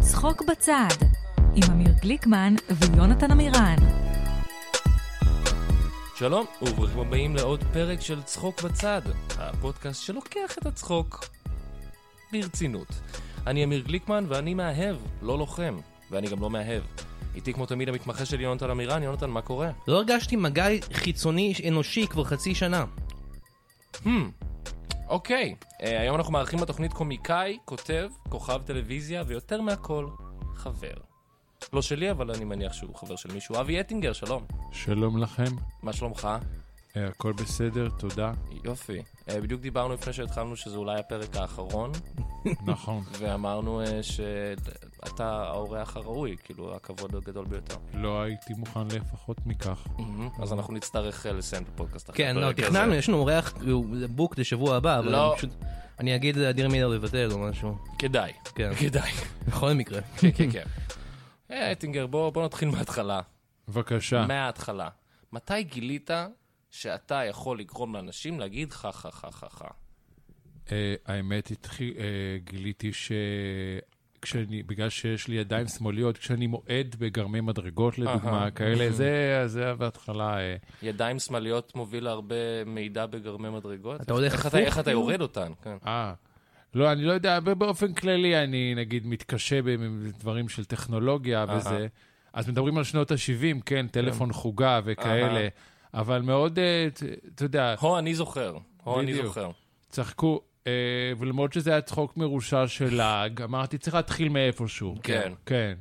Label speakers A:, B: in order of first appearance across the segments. A: צחוק בצד, עם אמיר גליקמן ויונתן עמירן.
B: שלום, וברוכים הבאים לעוד פרק של צחוק בצד, הפודקאסט שלוקח את הצחוק ברצינות. אני אמיר גליקמן ואני מאהב, לא לוחם, ואני גם לא מאהב. איתי כמו תמיד המתמחה שלי יונתן עמירן, יונתן, מה קורה?
C: לא הרגשתי מגע חיצוני אנושי כבר חצי שנה.
B: אוקיי, אה, היום אנחנו מארחים בתוכנית קומיקאי, כותב, כוכב טלוויזיה, ויותר מהכל, חבר. לא שלי, אבל אני מניח שהוא חבר של מישהו. אבי אטינגר, שלום.
D: שלום לכם,
B: מה שלומך?
D: אה, הכל בסדר, תודה.
B: יופי. אה, בדיוק דיברנו לפני שהתחלנו שזה אולי הפרק האחרון,
D: נכון,
B: ואמרנו אה, שאתה האורח הראוי, כאילו, הכבוד הגדול ביותר.
D: לא הייתי מוכן לפחות מכך.
B: אה. אז אנחנו נצטרך אה, לסיים את הפודקאסט אחרי
C: Mm-hmm. כן, לא,
B: הפרק הזה.
C: תכננו, יש לנו אורח הוא בוק לשבוע הבא, אבל
B: לא.
C: אני פשוט... אני אגיד לאדיר מילר לבטל או משהו.
B: כדאי,
C: כן.
B: כדאי.
C: בכל מקרה.
B: כן, כן, כן. אה, אטינגר, בוא בוא נתחיל מההתחלה.
C: אה.
D: בבקשה,
B: מההתחלה. מתי גילית שאתה יכול לגרום לאנשים להגיד חה חה חה חה חה?
D: אה, האמת, התחיל- אה, גיליתי ש... כשאני, בגלל שיש לי ידיים שמאליות, כשאני מועד בגרמי מדרגות
B: אהה.
D: לדוגמה, כאלה, זה, זה בהתחלה. אה,
B: ידיים שמאליות מוביל להרבה מידע בגרמי מדרגות?
C: אתה הולך
B: איך
C: הפוך,
B: איך אתה
C: כאילו?
B: יורד אותן? כן.
D: אה, לא, אני לא יודע, ב- באופן כללי אני נגיד מתקשה בדברים של טכנולוגיה
B: אהה.
D: וזה. אז מדברים על שנות ה-70, כן, טלפון חוגה וכאלה, אבל מאוד, אה, ת- אתה יודע,
B: הו, אני זוכר. הו, אני
D: בדיוק.
B: זוכר.
D: צחקו, אה, ולמרות שזה היה צחוק מרושע של לעג, אמרתי, צריך להתחיל מאיפשהו.
B: כן.
D: כן.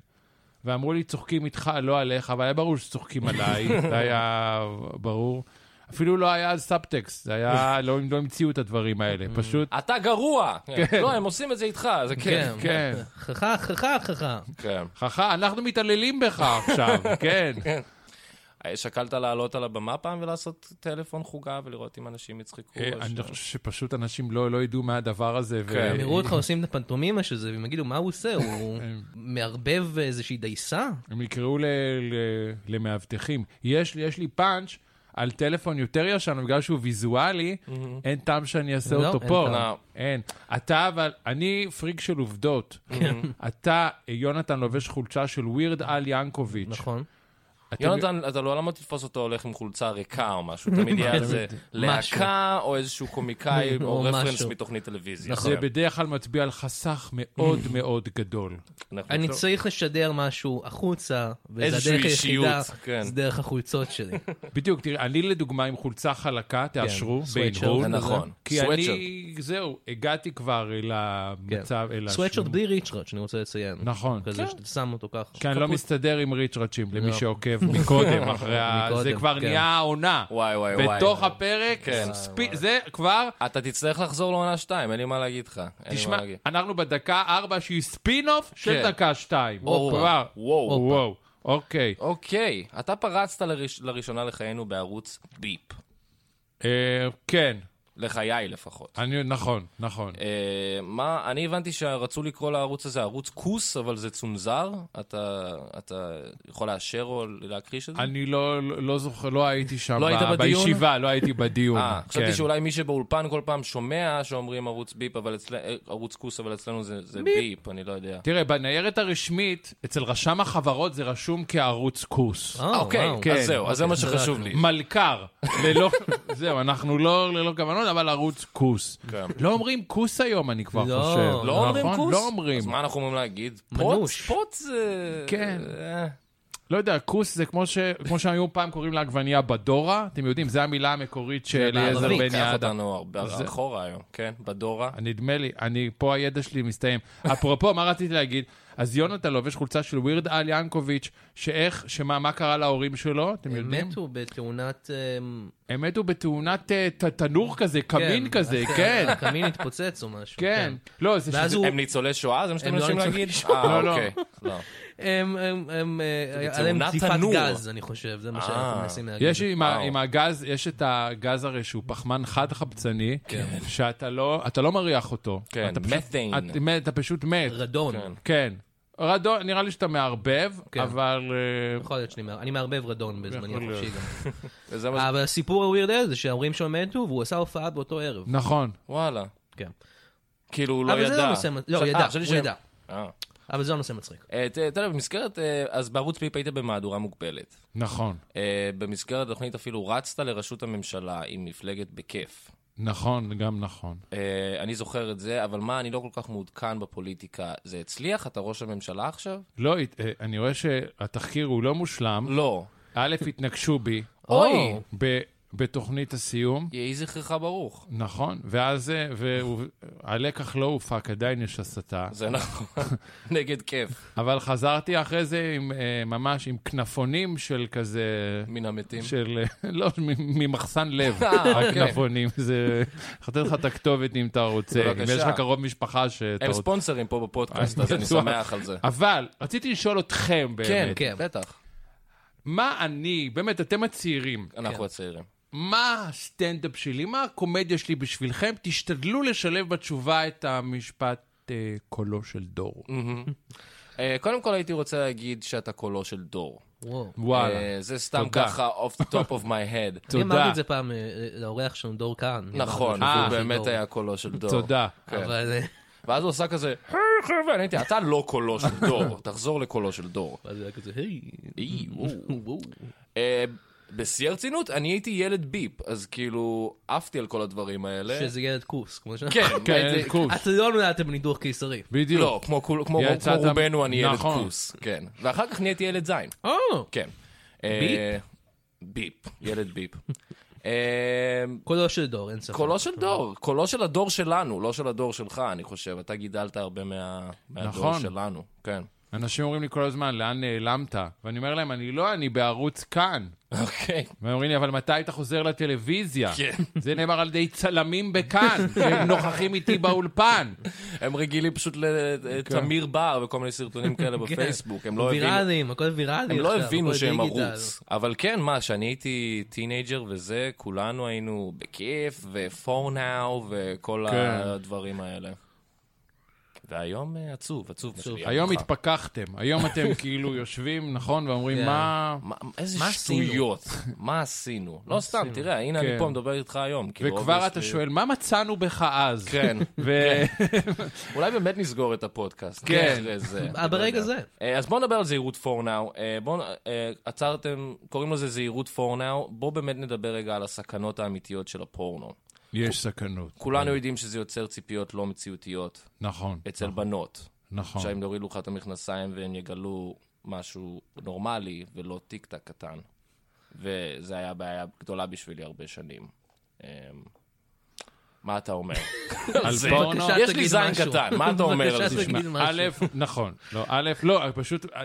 D: ואמרו לי, צוחקים איתך, לא עליך, אבל היה ברור שצוחקים עליי, זה היה ברור. אפילו לא היה אז סאבטקסט, זה היה, לא, לא המציאו את הדברים האלה,
B: Mm.
D: פשוט,
B: אתה גרוע! לא, הם עושים את זה איתך, זה כן.
D: כן.
C: חכה, חכה, חכה.
B: כן.
D: חכה, אנחנו מתעללים בך עכשיו, כן.
B: אה, שקלת לעלות על הבמה פעם ולעשות טלפון חוגה ולראות אם אנשים יצחקו?
D: אה,
B: או ש-
D: אני חושב שפשוט אנשים לא לא ידעו מה הדבר הזה. ו-
B: כן.
C: הם יראו אותך עושים את הפנטומימה של זה, והם יגידו, מה הוא עושה? הוא מערבב איזושהי דייסה?
D: הם יקראו ל- ל- למאבטחים. יש לי- יש לי פאנץ' על טלפון יותר ישן, אבל בגלל שהוא ויזואלי, אין טעם שאני אעשה
C: לא,
D: אותו
C: אין
D: פה.
C: טעם.
B: לא.
D: אין. אתה, אבל, אני פריק של עובדות. אתה, יונתן, לובש חולצה של ווירד על ינקוביץ'.
C: נכון.
D: אתם-
B: יונתן, אתה לעולם לא תתפוס אותו הולך עם חולצה ריקה או משהו, תמיד
D: כן,
B: יהיה על זה להקה או איזשהו קומיקאי או
C: או
B: רפרנס
C: משהו.
B: מתוכנית טלוויזיה. כן,
D: זה בדרך כלל מצביע על חסך מאוד מאוד גדול.
B: אנחנו-
C: אני צריך לשדר משהו החוצה, וזה
B: איזושהי
C: הדרך היחידה,
B: אישיות, כן.
C: זה דרך החולצות שלי.
D: בדיוק, תראה, אני לדוגמה עם חולצה חלקה, תאשרו,
C: כן, סוואטשרט.
D: באנהול.
B: נכון.
D: כי
B: סוואטשרט.
D: אני, זהו, הגעתי כבר אל המצב, אל השום.
C: סוואטשרט בלי ריצ'רד, שאני רוצה לציין.
D: נכון.
B: כן.
C: כזה שאתה שם אותו ככה.
D: כי אני לא מסתדר עם ריצ'רצ'ים, למי
C: כן, לא.
D: שעוקב מקודם, אחרי ה...
C: מקודם,
D: זה כבר
C: כן.
D: נהיה העונה.
B: וואי, וואי, וואי.
D: בתוך הפרק,
B: כן.
D: ספי- זה כבר...
B: אתה תצטרך לחזור לעונה 2, אין לי מה להגיד לך. אין לי
D: תשמע,
B: מה להגיד.
D: אנחנו בדקה ארבע שהיא ספין-אוף של
B: כן.
D: דקה שתיים.
C: הופה.
D: כבר.
B: וואו.
D: וואו. אוקיי.
B: אוקיי, אתה פרצת לראש- לראשונה לחיינו בערוץ ביפ.
D: אה, כן.
B: לחיי לפחות.
D: אני, נכון, נכון.
B: אה, מה, אני הבנתי שרצו לקרוא לערוץ הזה ערוץ כוס, אבל זה צונזר? אתה אתה יכול לאשר או להכחיש את זה? אה,
D: אני לא, לא לא זוכר, לא הייתי שם,
B: לא
D: ב-
B: היית בדיון?
D: בישיבה, לא הייתי בדיון.
B: אה, חשבתי
D: כן.
B: שאולי מי שבאולפן כל פעם שומע שאומרים ערוץ ביפ, אבל אצלנו, ערוץ כוס, אבל אצלנו זה, זה ביפ, אני לא יודע.
D: תראה, בניירת הרשמית, אצל רשם החברות זה רשום כערוץ כוס.
C: אה,
B: אוקיי,
C: וואו.
D: כן.
B: אז זהו, אז זה מה
C: אוקיי,
B: שחשוב לי.
D: מלכר, ללא... זהו, אנחנו לא ללא כוונות, אבל ערוץ כוס.
B: כן.
D: לא אומרים כוס היום, אני כבר
C: לא.
D: חושב.
C: לא
B: לא אומרים
D: נכון?
B: כוס?
D: לא אומרים.
B: אז מה אנחנו אומרים להגיד?
C: מנוש.
B: פוץ? פוץ זה...
D: כן.
B: אה,
D: לא יודע, כוס זה כמו ש- כמו שהיו פעם קוראים לעגבנייה בדורה, אתם יודעים, זו המילה המקורית של אליעזר
C: בערבית.
D: בן
B: קח
D: יעדה.
B: אותנו הרבה אחורה היום, כן? בדורה.
D: נדמה לי, אני, פה הידע שלי מסתיים. אפרופו, מה רציתי להגיד? אז יונתן לובש חולצה של ווירד על ינקוביץ', שאיך, שמה, מה קרה להורים שלו, אתם
C: הם
D: יודעים?
C: מתו בתאונת... אמ,
D: הם מתו בתאונת אה, ת- תנור כזה, קמין
C: כן,
D: כזה,
C: אחרי-
D: כן,
C: הקמין התפוצץ או משהו.
D: כן. לא, זה
C: ואז
D: שזה-
C: הוא-
B: הם ניצולי שואה? זה מה שאתם
C: הם לא
B: מנסים
C: ניצולי
B: להגיד?
C: שואה.
B: אה,
D: לא, לא.
B: אוקיי. לא.
C: הם, הם, הם, אה, היה
B: בתאונת
C: להם דליפת
B: תנור.
C: גז, אני חושב, זה מה שאנחנו
B: אה.
C: מנסים להגיד.
D: יש עם, ה,
B: וואו.
D: עם הגז, יש את הגז הרי שהוא פחמן חד-חבצני, שאתה לא, אתה לא מריח אותו.
B: כן,
D: אתה פשוט-
B: מת'יין.
D: את- אתה פשוט מת,
C: רדון.
B: כן.
D: כן. רדון, נראה לי שאתה מערבב,
C: כן.
D: אבל... אה,
C: יכול להיות שאני מערבב, אני מערבב רדון בזמני
D: יכול
C: החופשי גם.
B: וזה מה ש...
C: אבל הסיפור הווירד הזה, שההורים שלו מתו, והוא עשה הופעה באותו ערב.
D: נכון.
B: וואלה.
C: כן.
B: כאילו, הוא לא ידע.
C: אבל זה לא נושא... מ- לא,
B: אה,
C: ידע,
B: חשבתי
C: הוא
B: שהם-
C: ידע.
B: אה.
C: אבל זה לא נושא מצחיק.
B: אה, ת- אתה יודע, במסגרת, אה, אז בערוץ פיפ היית במהדורה מוגבלת.
D: נכון,
B: אה, במסגרת התוכנית אפילו רצת לראשות הממשלה עם מפלגת בכיף.
D: נכון, גם נכון.
B: אה, אני זוכר את זה, אבל מה, אני לא כל כך מעודכן בפוליטיקה. זה הצליח? אתה ראש הממשלה עכשיו?
D: לא, הת- אה, אני רואה שהתחקיר הוא לא מושלם.
B: לא.
D: א', התנגשו בי
B: אוי!
C: או,
D: ב- בתוכנית הסיום,
B: יהי זכרך ברוך.
D: נכון, ואז אה, והוא- הלקח לא הופק, עדיין יש הסתה.
B: זה נכון. נגד כיף.
D: אבל חזרתי אחרי זה עם, אה, ממש עם כנפונים של כזה...
B: מן המתים.
D: של, אה, לא, מ- ממחסן לב,
B: אה, אוקיי.
D: הכנפונים, זה... נתן לך את הכתובת אם אתה רוצה, אם
B: בבקשה.
D: יש לך קרוב משפחה שאתה
B: הם
D: רוצה.
B: ספונסרים פה בפודקאסט, אז אני
D: בטוח.
B: שמח על זה.
D: אבל רציתי לשאול אתכם
B: כן,
D: באמת,
B: כן,
C: כן.
B: בטח.
D: מה אני, באמת, אתם הצעירים,
C: כן.
B: אנחנו הצעירים.
D: מה הסטנדאפ שלי, מה הקומדיה שלי בשבילכם? תשתדלו לשלב בתשובה את המשפט אה, קולו של דור.
B: אה, קודם כל הייתי רוצה להגיד שאתה קולו של דור.
C: וואו.
D: וואלה,
B: אה, זה סתם
D: תודה.
B: ככה, off the top of my head.
D: תודה.
C: אני אמרתי את זה פעם אה, לאורח שלנו, דור כהן.
B: נכון,
D: אה,
B: הוא
D: של
B: באמת
C: דור.
B: היה קולו של דור.
D: תודה.
B: כן.
C: אבל אה,
B: ואז הוא עשה כזה, היי חבר'ה, אני הייתי, אתה לא קולו של דור, תחזור לקולו של דור.
C: ואז זה היה כזה, היי.
B: אי, וואו.
C: וואו.
B: אה, בשיא הרצינות, אני הייתי ילד ביפ, אז כאילו, עפתי על כל הדברים האלה.
C: שזה ילד כוס, כמו ש...
B: אה. כן,
D: כן,
B: הייתי-
D: קורס,
C: אתם לא נולדתם ניתוח קיסרי.
D: בדיוק.
B: לא, כמו כול- כמו- כמו
D: יצאת-
B: רובנו אני ילד
D: נכון.
B: כוס. כן. ואחר כך נהייתי ילד זין.
C: או!
B: כן.
C: ביפ?
B: אה, ביפ, ילד ביפ. אה,
C: קולו של דור, אין ספק.
B: קולו של דור, קולו של הדור שלנו, לא של הדור שלך, אני חושב. אתה גידלת הרבה מה- מהדור
D: נכון.
B: שלנו. כן.
D: אנשים אומרים לי כל הזמן, לאן נעלמת? ואני אומר להם, אני לא, אני בערוץ כאן.
B: אוקיי.
D: והם אומרים לי, אבל מתי אתה חוזר לטלוויזיה?
B: כן.
D: זה נאמר על ידי צלמים בכאן, שהם נוכחים איתי באולפן.
B: הם רגילים פשוט לתמיר בר וכל מיני סרטונים כאלה בפייסבוק. הם לא הבינו.
C: ויראליים, כן. הכל ויראלי.
B: הם לא
C: עכשיו,
B: הבינו
C: הכל
B: שהם
C: דיגיטל.
B: ערוץ. אבל כן, מה, שאני הייתי טינג'ר וזה, כולנו היינו בכיף, ופורנאו, וכל
D: כן.
B: הדברים האלה. והיום אה, עצוב, עצוב. מה שלי,
D: היום
B: יום
D: התפכחתם, היום אתם כאילו יושבים, נכון, ואומרים,
C: כן.
D: מה...
B: לך. מה- איזה
C: מה עשינו?
B: שטויות, מה עשינו? לא סתם, תראה, הנה אני
D: כן.
B: פה מדבר איתך היום. כאילו,
D: וכבר אתה
B: obviously-
D: שואל, מה מצאנו בך אז?
B: כן,
D: ו-
B: אולי באמת נסגור את הפודקאסט.
D: כן.
B: אחרי זה, אני
C: אה,
B: לא
C: ברגע
B: יודע.
C: זה.
B: אה, אז בואו נדבר על זהירות אה, פורנאו. בואו, עצרתם, קוראים לזה זהירות פורנאו. בואו באמת נדבר רגע על הסכנות האמיתיות של הפורנו.
D: יש סכנות.
B: כולנו יודעים שזה יוצר ציפיות לא מציאותיות
D: נכון,
B: אצל בנות.
D: נכון.
B: עכשיו, אם יורידו לך את המכנסיים והם יגלו משהו נורמלי ולא טיק-טק קטן. וזה היה בעיה גדולה בשבילי הרבה שנים. אמ, מה אתה אומר?
D: על
B: זה-
D: פורנו?
C: בבקשה,
B: יש לי
C: תגיד
B: זין
C: משהו.
B: קטן, מה אתה אומר על
C: בבקשה,
B: זה?
C: תגיד משהו.
D: א', נכון. לא, א', לא, פשוט אה,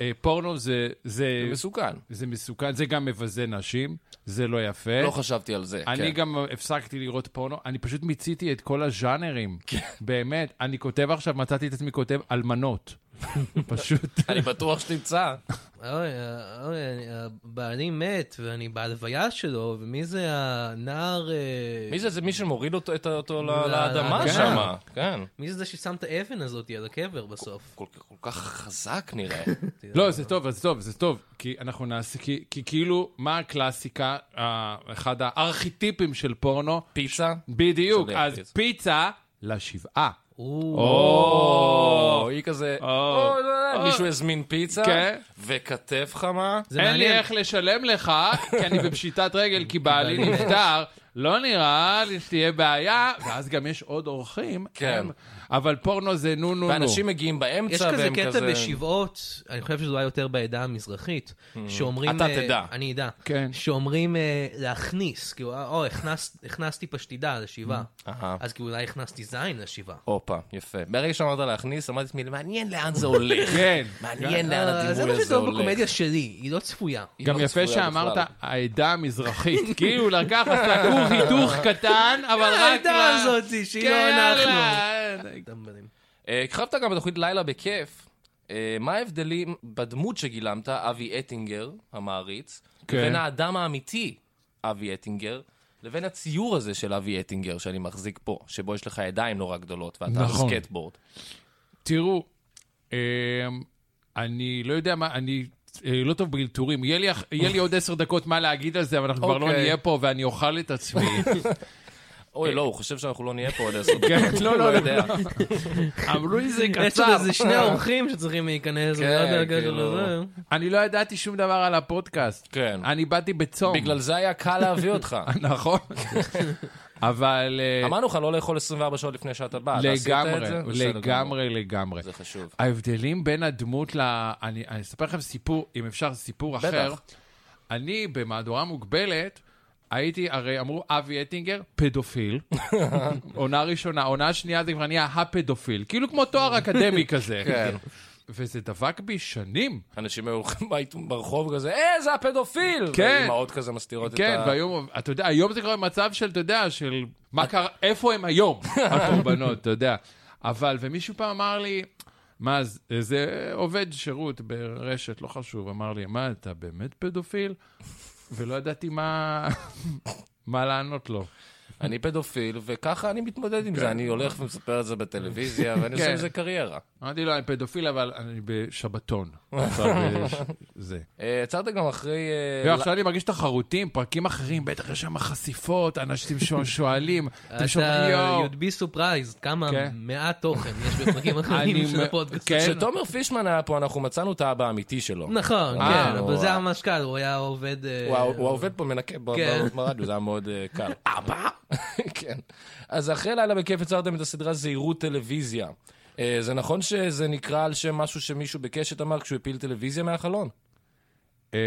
D: אה, פורנו זה... זה
B: זה מסוכן.
D: זה מסוכן, זה גם מבזה נשים, זה לא יפה.
B: לא חשבתי על זה,
D: אני
B: כן.
D: גם הפסקתי לראות פורנו, אני פשוט מיציתי את כל הז'אנרים.
B: כן.
D: באמת, אני כותב עכשיו, מצאתי את עצמי כותב אלמנות. פשוט.
B: אני בטוח שתמצא.
C: אוי, אה, אוי, אני- אה, בעלי מת, ואני בהלוויה שלו, ומי זה הנער... אה,
B: מי זה? זה מי שמוריד אותו- את אותו ל-
C: ל-
B: לאדמה
D: כן.
B: שם. כן.
C: מי זה זה ששם את האבן הזאת על הקבר בסוף?
B: כל כל כך חזק נראה.
D: לא, זה טוב, זה טוב, זה טוב. כי אנחנו נעשה, כי כי כאילו, מה הקלאסיקה, אה, אחד הארכיטיפים של פורנו?
B: פיצה?
D: בדיוק,
B: שליח
D: אז
B: פיצה.
D: פיצה לשבעה.
C: או,
B: או, היא כזה,
D: או.
B: "או, לא, לא, לא."
D: או.
B: מישהו הזמין פיצה,
D: כן.
B: וכתף חמה.
C: זה
D: אין לי
C: מעניין.
D: איך לשלם לך, כי אני בפשיטת רגל, כי בעלי נפטר. לא נראה לי שתהיה בעיה, ואז גם יש עוד אורחים.
B: כן.
D: הם- אבל פורנו זה נו נו נו.
B: ואנשים מגיעים באמצע,
C: יש
B: והם
C: כזה
B: כזה...
C: קטע בשבעות, אני חושב שזה אולי יותר בעדה המזרחית, שאומרים...
B: Mm. אתה
C: אה,
B: תדע.
C: אני אדע.
D: כן.
C: שאומרים אה, להכניס, כאילו, אה, או, הכנס- הכנסתי פשטידה לשבעה.
B: אהה.
C: אז כאילו אולי הכנסתי זין לשבעה.
B: הופה, יפה. ברגע שאמרת להכניס, אמרתי לעצמי, מעניין לאן זה הולך.
D: כן. לא
B: מעניין לאן
C: אה, זה
B: הדימוי
C: מה
B: הזה
C: שטוב
B: הולך.
C: בקומדיה שלי, היא לא צפויה.
B: היא
D: גם
B: לא צפויה
D: יפה שאמרת,
B: בכלל.
D: העדה המזרחית. כאילו, לקח לך כור הידוך קטן, אבל רק...
C: העדה
D: ל-
C: הזאת, שהיא לא
D: כן,
C: אנחנו.
D: יאללה.
C: טמבלים.
B: אה, כתבת גם בתוכנית לילה בכיף. אה, מה ההבדלים בדמות שגילמת, אבי אטינגר, המעריץ,
D: כן.
B: לבין האדם האמיתי, אבי אטינגר, לבין הציור הזה של אבי אטינגר שאני מחזיק פה, שבו יש לך ידיים נורא גדולות ואתה על
D: נכון.
B: סקטבורד.
D: תראו, אמ, אני לא יודע מה, אני... אה, לא טוב באלתורים, יהיה לי אח- יהיה לי עוד עשר דקות מה להגיד על זה, אבל אנחנו כבר לא
B: אוקיי.
D: נהיה פה ואני אוכל את עצמי.
B: אוי, לא, הוא חושב שאנחנו לא נהיה פה עוד עשר דקות.
D: כן, לא,
B: הוא
D: לא,
B: יודע.
D: אמרו לי זה
C: יש
D: קצר.
C: עוד איזה שני אורחים שצריכים להיכנס,
B: כן,
C: אני לא יודע לגשת
B: כאילו.
C: לזה.
D: אני לא ידעתי שום דבר על הפודקאסט.
B: כן.
D: אני באתי בצום.
B: בגלל זה היה קל להביא אותך.
D: נכון. אבל... אה,
B: אמרנו לך לא לאכול 24 שעות לפני שאת הבאה. אתה עשית את
D: לגמרי,
B: זה? בסדר גמור.
D: לגמרי, לגמרי.
B: זה חשוב.
D: ההבדלים בין הדמות ל... אני, אני אספר לכם סיפור, אם אפשר, סיפור
B: בטח.
D: אחר. אני במהדורה מוגבלת, הייתי, הרי אמרו אבי אטינגר, פדופיל. עונה ראשונה, עונה שנייה זה כבר נהיה הפדופיל. כאילו כמו תואר אקדמי כזה.
B: כן.
D: וזה דבק בי שנים.
B: אנשים היו הולכים בית- ברחוב כזה, אה, זה הפדופיל!
D: כן.
B: ואימהות כזה מסתירות את ה...
D: כן, והיום, אתה יודע, היום זה כבר מצב של, אתה יודע, של מה קרה, איפה הם היום, הקורבנות, אתה יודע. אבל, ומישהו פעם אמר לי, מה, זה- זה עובד שירות ברשת, לא חשוב, אמר לי, מה, אתה באמת פדופיל? ולא ידעתי מה... מה לענות לו.
B: אני פדופיל, וככה אני מתמודד עם זה. אני הולך ומספר את זה בטלוויזיה, ואני
D: כן.
B: עושה מזה קריירה.
D: אמרתי לו, אני פדופיל, אבל אני בשבתון. עכשיו יש זה.
B: אה, יצרת גם אחרי... אה,
D: לא, עכשיו אני מרגיש תחרותים, פרקים אחרים, בטח יש שם חשיפות, אנשים שואל- שואלים, אתם שומעים,
C: אתה,
D: יואו.
C: you'd be surprised כמה
D: כן.
C: מעט תוכן יש בפרקים אחרים
D: אני
C: של
D: מ-
C: הפודקאסט.
D: כן.
B: כשתומר פישמן היה פה, אנחנו מצאנו את האבא האמיתי שלו.
C: נכון,
B: אה,
C: כן,
B: הוא-
C: אבל זה היה ממש קל, הוא היה עובד... אה,
B: הוא ה- הוא העובד פה מנקה ב-
C: כן.
B: ב- ברדיו, זה היה מאוד אה, קל. אבא? כן. אז אחרי לילה בכיף יצרתם את הסדרה זהירות טלוויזיה. אה, זה נכון שזה נקרא על שם משהו שמישהו בקשת אמר כשהוא הפיל טלוויזיה מהחלון?
D: אה,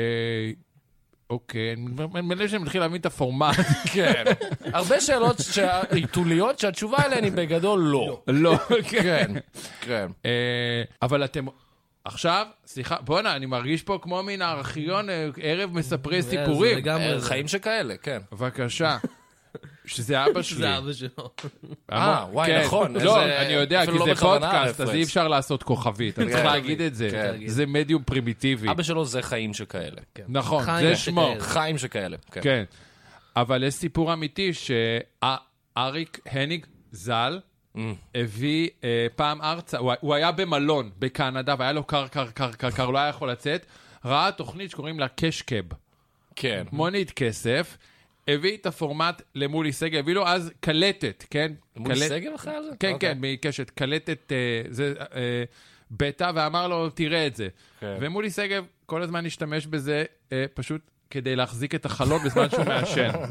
D: אוקיי, אני מלא שאני מתחיל להבין את הפורמט.
B: כן. הרבה שאלות שה- עיתוליות שהתשובה עליהן היא בגדול לא.
D: לא.
B: כן, כן.
D: אה, אבל אתם... עכשיו, סליחה, בואנה, אני מרגיש פה כמו מן הארכיון אה, ערב מספרי
C: זה- זה
D: סיפורים.
C: לגמרי
B: אה,
C: זה.
B: חיים שכאלה, כן.
D: בבקשה. שזה אבא שלי.
C: זה אבא שלו.
B: אה, וואי,
D: כן.
B: נכון,
D: לא,
B: איזה-
D: אני יודע,
B: אפילו
D: כי
B: לא
D: זה
B: בכוונה
D: פודקאסט, אז
B: הרפרנס.
D: אי אפשר לעשות כוכבית. אני צריך
B: כן.
D: להגיד את זה.
B: כן.
D: זה מדיום פרימיטיבי.
B: אבא שלו זה חיים שכאלה.
D: נכון,
C: חיים
D: זה שמו.
C: שכאלה.
B: חיים שכאלה, כן.
D: כן. אבל יש סיפור אמיתי שאריק הניג ז"ל
B: Mm,
D: הביא אה, פעם ארצה, הוא, הוא היה במלון בקנדה והיה לו קר, קר, קר, קר, קר, הוא לא היה יכול לצאת, ראה תוכנית שקוראים לה קשקב,
B: כן.
D: מונית כסף, הביא את הפורמט למולי סגל, הביא לו אז קלטת, כן?
B: מול
D: קלט-
B: סגל אחרי זה?
D: כן,
B: אוקיי.
D: כן, מקשת, קלטת אה, זה אה, בטא, ואמר לו, תראה את זה.
B: כן.
D: ומולי שגב כל הזמן השתמש בזה אה, פשוט כדי להחזיק את החלון בזמן שהוא מעשן.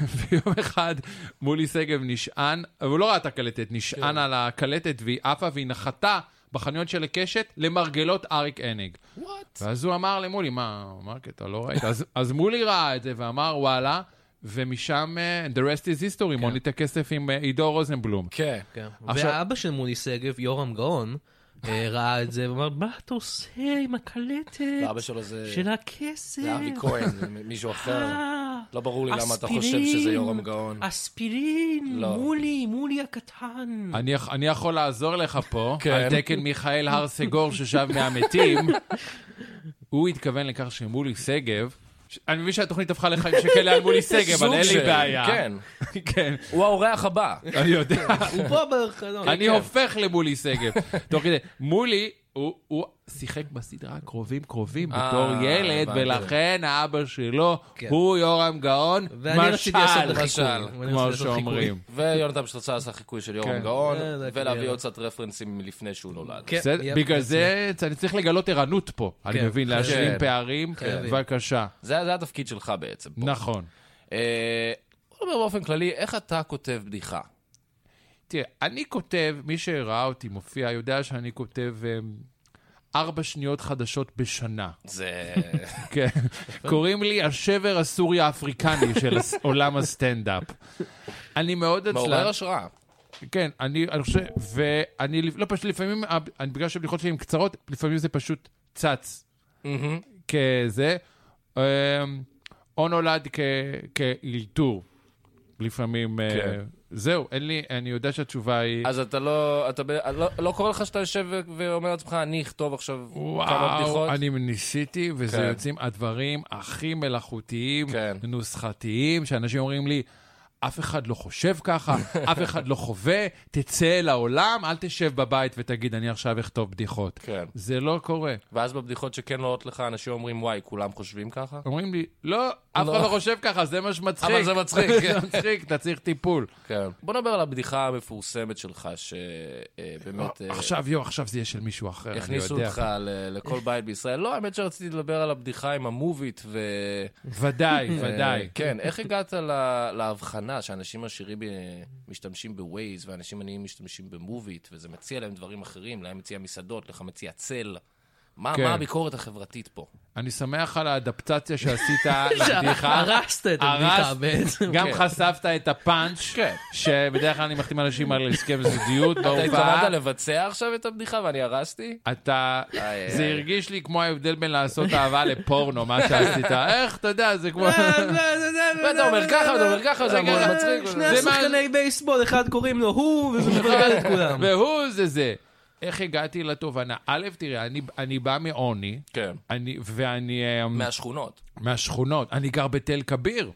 D: ויום אחד מולי שגב נשען, אבל הוא לא ראה את הקלטת, נשען על הקלטת והיא עפה והיא נחתה בחניון של הקשת למרגלות אריק הניג.
B: What?
D: ואז הוא אמר למולי, מה, מה הקטע, לא ראית? אז, אז מולי ראה את זה ואמר, וואלה, ומשם אה, the rest is history, מונית הכסף עם אה, עידו רוזנבלום.
B: כן.
C: כן.
D: עכשיו-
C: ואבא של מולי שגב, יורם גאון, אה, ראה את זה ואמר, מה אתה עושה עם
B: ואבא
C: הקלטת
B: שלו זה...
C: של הכסף?
B: זה
D: Mm.
B: אבי כהן, זה מישהו אחר.
C: אה,
B: לא ברור לי למה אתה חושב
C: אספירין.
B: שזה יורם גאון.
C: אספירין,
B: לא.
C: מולי, מולי הקטן.
D: אני, יכ- אני יכול לעזור לך פה,
B: כן.
D: על תקן מיכאל הר סגור ששב מהמתים. הוא התכוון לכך שמולי שגב, ש... אני מבין שהתוכנית הפכה לחיים שכאלה על מולי שגב, אבל
B: סוג
D: אין לי
B: של-
D: בעיה.
B: כן.
D: כן,
B: הוא האורח הבא.
D: אני יודע.
C: הוא פה לא, בחלום.
D: אני הופך למולי שגב. תוך כדי, מולי, הוא, הוא שיחק בסדרה קרובים קרובים
B: אה,
D: בתור ילד,
B: הבנתי.
D: ולכן האבא שלו
C: כן.
D: הוא יורם גאון,
C: ואני רציתי לעשות
D: משל,
C: לך חיקוי.
B: משל,
C: ואני
D: כמו
C: רציתי לעשות חיקוי.
D: שאומרים.
B: ויונתן פשוט עשה חיקוי של יורם
D: כן.
B: גאון,
C: אה, זה
B: ולהביא
C: הקריירה.
B: עוד קצת רפרנסים מלפני שהוא נולד.
C: כן,
D: בסדר,
C: יפ,
D: בגלל
C: מצוין.
D: זה צ- אני צריך לגלות ערנות פה, אני
C: כן, חייבים.
D: מבין, להשלים
B: כן.
D: פערים,
C: חייבים.
D: בבקשה.
B: זה זה התפקיד שלך בעצם. פה.
D: נכון.
B: אה, בוא נדבר באופן כללי, איך אתה כותב בדיחה?
D: תראה, אני כותב, מי שראה אותי מופיע יודע שאני כותב אמ, ארבע שניות חדשות בשנה.
B: זה...
D: כן. קוראים לי השבר הסורי האפריקני של הס- עולם הסטנדאפ. אני מאוד עצלן.
B: מעורר השראה.
D: כן, אני, אני חושב, ואני, לא, פשוט לפעמים, ה- אני, בגלל שהבדיחות שלי הן קצרות, לפעמים זה פשוט צץ
B: מהמם.
D: כזה, אמ, או נולד כ, כאלתור. לפעמים, אה,
B: כן.
D: זהו, אין לי, אני יודע שהתשובה היא...
B: אז אתה לא... אתה ב- לא- לא קורה לך שאתה יושב ו- ואומר לעצמך, אני אכתוב עכשיו כמה בדיחות?
D: וואו, אני ניסיתי, וזה
B: כן.
D: יוצאים הדברים הכי מלאכותיים,
B: כן.
D: נוסחתיים, שאנשים אומרים לי, אף אחד לא חושב ככה, אף אחד לא חווה, תצא אל העולם, אל תשב בבית ותגיד, אני עכשיו אכתוב בדיחות.
B: כן.
D: זה לא קורה.
B: ואז בבדיחות שכן לא עולות לך, אנשים אומרים, וואי, כולם חושבים ככה?
D: אומרים לי, לא, אף
B: לא.
D: אחד לא חושב ככה, זה מה שמצחיק.
B: אבל זה מצחיק,
D: זה
B: כן.
D: מצחיק, אתה צריך טיפול.
B: כן. בוא נדבר על הבדיחה המפורסמת שלך, שבאמת... אה,
D: עכשיו, יו, עכשיו זה יהיה של מישהו אחר, אני
B: הכניסו
D: יודע.
B: אותך ל- לכל בית בישראל. לא, האמת שרציתי לדבר על הבדיחה עם המובית ו...
D: ודאי,
B: אה,
D: ודאי.
B: כן, איך הגעת ל- להבחנה שאנשים עשירים ב- משתמשים בווייז ואנשים עניים משתמשים במובית, וזה מציע להם דברים אחרים, להם מציע מסעדות, לך מציע צל. מה
D: כן.
B: מה הביקורת החברתית פה?
D: אני שמח על האדפטציה שעשית לבדיחה.
C: הרסת את הבדיחה
D: הרסת.
C: בעצם.
D: גם
B: כן.
D: חשפת את הפאנץ',
B: כן.
D: שבדרך כלל אני מחתים אנשים על הסכם זוגיות
B: אתה התכוונת
D: בהופעה.
B: לבצע עכשיו את הבדיחה ואני הרסתי?
D: אתה,
B: איי,
D: זה
B: איי.
D: הרגיש לי כמו ההבדל בין לעשות אהבה לפורנו, מה שעשית. איך, אתה יודע, זה כמו...
B: אה,
D: לא,
B: ואתה אומר ככה, אתה אומר ככה, זה
D: רגע,
B: אמור
D: רגע,
B: מצחיק.
D: שני
B: זה
C: שני
D: מה-
C: שחקני בייסבול, אחד קוראים לו הוא, וזה מבלגן את כולם.
D: והוא זה זה. איך הגעתי לתובנה? א', תראה, אני- אני בא מעוני,
B: כן.
D: אני- ואני... אה,
B: מהשכונות.
D: מהשכונות. אני גר בתל כביר,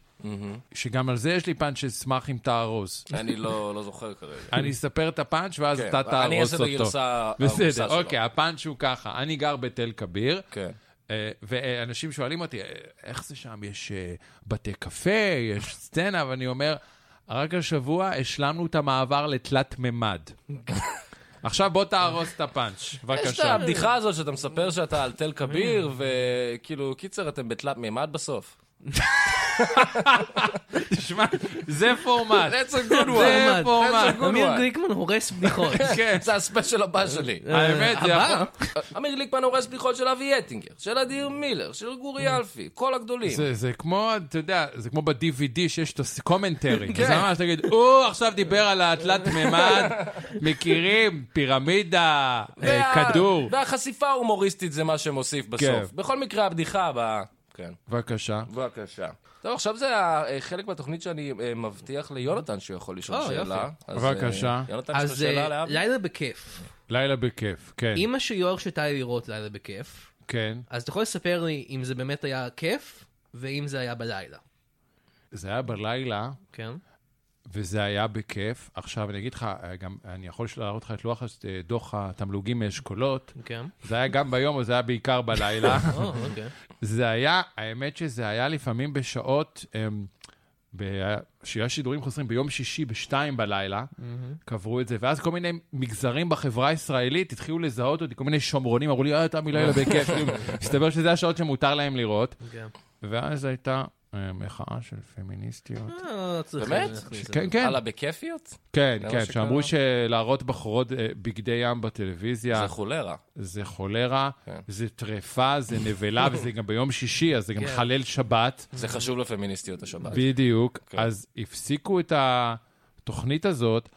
D: שגם על זה יש לי פאנץ' שאשמח אם תהרוס.
B: אני לא לא זוכר כרגע.
D: אני אספר את הפאנץ' ואז
B: כן,
D: אתה תהרוס אותו.
B: אני אעשה את הגרסה הרוסה
D: בסדר,
B: שלו.
D: אוקיי, הפאנץ' הוא ככה. אני גר בתל כביר,
B: כן.
D: אה, ואנשים שואלים אותי, "אה, איך זה שם? יש אה, בתי קפה, יש סצנה, ואני אומר, רק השבוע השלמנו את המעבר לתלת ממד. עכשיו בוא תהרוס את הפאנץ',
B: יש
D: בבקשה.
B: את הבדיחה הזאת שאתה מספר שאתה על תל כביר, וכאילו, קיצר, אתם בתלת מימד בסוף.
D: תשמע, זה פורמט.
B: That's a good
D: זה
B: one.
D: פורמט.
B: That's a good
C: אמיר
B: one.
C: גליקמן הורס בדיחות.
D: כן.
B: זה הספיישל הבא שלי.
D: האמת, זה
C: הבא?
D: יכול-
B: אה. אמיר גליקמן הורס בדיחות של אבי אטינגר, של אדיר מילר, של גורי אלפי, כל הגדולים.
D: זה, זה כמו, אתה יודע, זה כמו ב-DVD שיש את הקומנטרי.
B: כן.
D: זה ממש, תגיד, הוא עכשיו דיבר על התלת מימד, מכירים, פירמידה, אה,
B: וה-
D: כדור.
B: והחשיפה ההומוריסטית זה מה שמוסיף בסוף.
D: כן.
B: בכל מקרה, הבדיחה הבאה... כן.
D: בבקשה.
B: בבקשה. טוב, עכשיו זה אה, חלק מהתוכנית שאני אה, מבטיח ליונתן שהוא יכול לשאול
C: או,
B: שאלה. אז, אה,
D: בבקשה.
B: יונתן, יש לך
C: אז אה,
B: שאלה לאבי?
C: לילה בכיף.
D: לילה בכיף, כן.
C: אימא של יואר שתה לי לראות לילה בכיף,
D: כן.
C: אז אתה יכול לספר לי אם זה באמת היה כיף, ואם זה היה בלילה.
D: זה היה בלילה,
C: כן?
D: וזה היה בכיף. עכשיו, אני אגיד לך, אה, גם, אני יכול להראות לך את לוח הס- אה, דוח התמלוגים מאשכולות.
C: כן.
D: זה היה גם ביום, אבל זה היה בעיקר בלילה.
C: או, אוקיי.
D: זה היה, האמת שזה היה לפעמים בשעות, אמ, ב- שהיה שידורים חוזרים ביום שישי בשתיים בלילה, קברו את זה, ואז כל מיני מגזרים בחברה הישראלית התחילו לזהות אותי, כל מיני שומרונים אמרו לי, אה, אתה מלילה בכיף, כאילו, מסתבר שזה השעות שמותר להם לראות,
C: כן.
D: ואז הייתה אה, מחאה של פמיניסטיות.
C: אה, לא צריך
B: באמת?
C: להכניס את זה.
D: כן, כן,
B: על הבכיפיות?
D: כן,
B: זה מה
D: כן,
B: שקרה?
D: שאמרו שלהראות בחורות אה, בגדי ים בטלוויזיה,
B: זה חולרה.
D: זה חולרה,
B: כן.
D: זה טרפה, זה נבלה, וזה גם ביום שישי, אז זה גם
C: כן.
D: חלל שבת.
B: זה חשוב לפמיניסטיות השבת.
D: בדיוק.
B: אה, כן.
D: אז הפסיקו את התוכנית הזאת.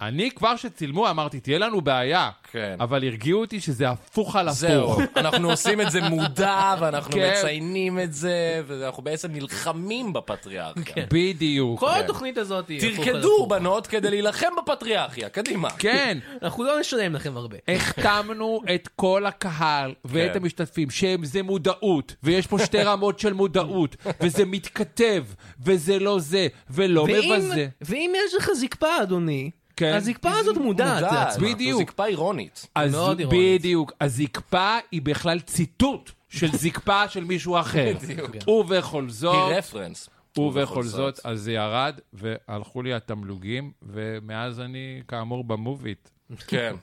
D: אני כבר שצילמו אמרתי, תהיה לנו בעיה,
B: כן.
D: אבל הרגיעו אותי שזה הפוך על
B: זהו,
D: הפוך.
B: אנחנו עושים את זה מודע, ואנחנו
D: כן.
B: מציינים את זה, ואנחנו בעצם נלחמים בפטריארכיה.
D: כן. בדיוק.
C: כל התוכנית הזאת היא... הפוך על
B: תרקדו,
C: הפוך.
B: בנות, כדי להילחם בפטריארכיה, קדימה.
D: כן,
C: אנחנו לא נשלם לכם הרבה.
D: החתמנו את כל הקהל ואת
B: כן.
D: המשתתפים שהם זה מודעות, ויש פה שתי רמות של מודעות, וזה מתכתב, וזה לא זה, ולא
C: ואם-
D: מבזה.
C: ואם יש לך זקפה, אדוני,
D: כן.
C: הזקפה הזאת מודעת לעצמה.
B: זו
D: בדיוק.
B: זקפה אירונית.
D: אז
C: מאוד אירונית.
D: בדיוק, הזקפה היא בכלל ציטוט של זקפה של מישהו אחר.
B: בדיוק.
D: ובכל זאת...
B: היא רפרנס.
D: ובכל זאת, אז זה ירד, והלכו לי התמלוגים, ומאז אני, כאמור, במובית.
B: כן,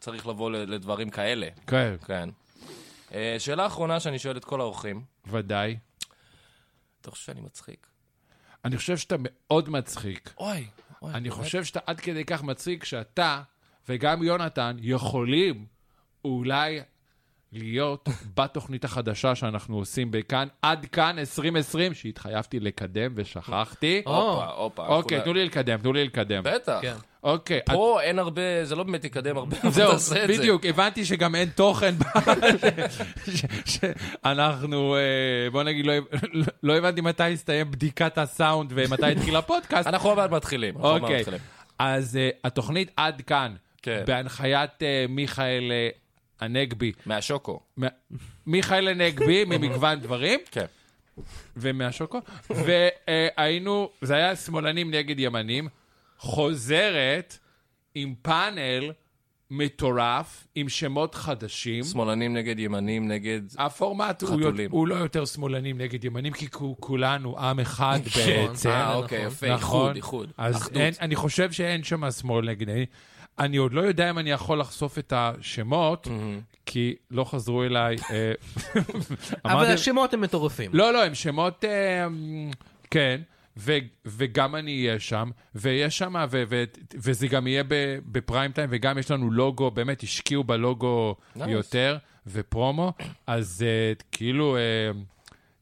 B: צריך לבוא ל- לדברים כאלה.
D: כן.
B: כן. אה, שאלה אחרונה שאני שואל את כל האורחים,
D: ודאי.
B: אתה חושב שאני מצחיק?
D: אני חושב שאתה מאוד מצחיק.
B: אוי, אוי.
D: אני חושב שאתה עד כדי כך מצחיק שאתה וגם יונתן יכולים אולי להיות בתוכנית החדשה שאנחנו עושים בכאן, עד כאן 2020, שהתחייבתי לקדם ושכחתי.
B: הופה, הופה.
D: אוקיי,
B: כולה-
D: תנו לי לקדם, תנו לי לקדם.
B: אה, בטח.
C: כן.
D: אוקיי, את-
B: פה אין הרבה, זה לא באמת יקדם הרבה, אבל
D: זהו,
B: תעשה את זה.
D: בדיוק, הבנתי שגם אין תוכן שאנחנו, בוא נגיד, לא- לא הבנתי מתי הסתיים בדיקת הסאונד ומתי התחיל הפודקאסט.
B: אנחנו עוד מעט מתחילים. אנחנו עוד מעט
D: אוקיי,
B: מתחילים.
D: אז אה, התוכנית עד כאן,
B: כן.
D: בהנחיית אה, מיכאל אה, הנגבי,
B: מהשוקו.
D: מ- מיכאל הנגבי ממגוון דברים,
B: כן.
D: ומהשוקו, והיינו, זה היה שמאלנים נגד ימנים, חוזרת עם פאנל מטורף, עם שמות חדשים.
B: שמאלנים נגד ימנים נגד...
D: אה, הפורמט הוא,
B: חתולים.
D: יותר- הוא לא יותר שמאלנים נגד ימנים, כי כו- כולנו עם אחד בעצם.
B: אה,
C: נכון.
B: אוקיי, יפה,
D: כן, נכון?
B: איחוד, איחוד.
D: אז
B: אחדות.
D: אין, אני חושב שאין שם שמאל נגד ימין. אני עוד לא יודע אם אני יכול לחשוף את השמות, כי לא חזרו אליי. אה,
C: אבל
D: אמרתי-
C: השמות הם מטורפים.
D: לא, לא, הם שמות, אה, כן, ו, וגם אני אהיה שם, ויהיה שם, ו, ו, וזה גם יהיה ב- בפריים טיים, וגם יש לנו לוגו, באמת השקיעו בלוגו
B: Nice.
D: nice. יותר, ופרומו, אז אה, כאילו, אה,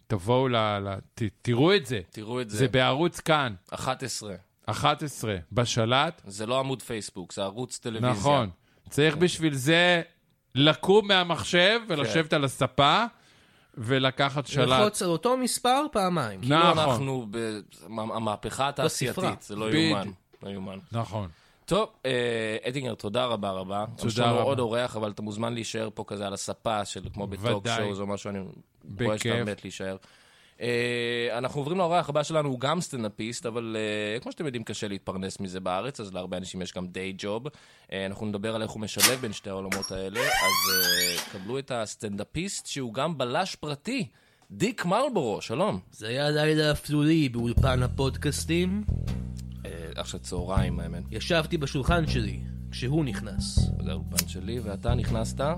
D: תבואו ל... ל ת, תראו את זה.
B: תראו את
D: זה.
B: זה.
D: בערוץ כאן,
B: 11.
D: 11, בשלט,
B: זה לא עמוד פייסבוק, זה ערוץ טלוויזיה.
D: נכון.
B: כן.
D: צריך בשביל זה לקום מהמחשב ולשבת
B: כן.
D: על הספה ולקחת שלט. נכון,
C: ללחוץ על אותו מספר פעמיים.
B: כאילו אנחנו במהפכה
C: בספרה.
B: התעשייתית, זה לא
D: בדיוק.
B: יאומן. לא יאומן.
D: נכון.
B: טוב, אה, אדינגר, תודה רבה רבה. תודה רבה. יש לנו
D: רבה.
B: עוד אורח, אבל אתה מוזמן להישאר פה כזה על הספה, של כמו בטוק
D: ודאי.
B: שואו או משהו, אני רואה שאתה
D: בכיף.
B: מת להישאר. אה, אנחנו עוברים לאורח הבא שלנו, הוא גם סטנדאפיסט, אבל אה, כמו שאתם יודעים, קשה להתפרנס מזה בארץ, אז להרבה אנשים יש גם דיי ג'וב. אה, אנחנו נדבר על איך הוא משלב בין שתי העולמות האלה, אז אה, קבלו את הסטנדאפיסט שהוא גם בלש פרטי, דיק מרבורו, שלום.
C: זה היה לילה אפלולי באולפן הפודקאסטים.
B: אה, עכשיו צהריים, האמת.
C: ישבתי בשולחן שלי כשהוא נכנס.
B: זה האולפן שלי, ואתה נכנסת. אה,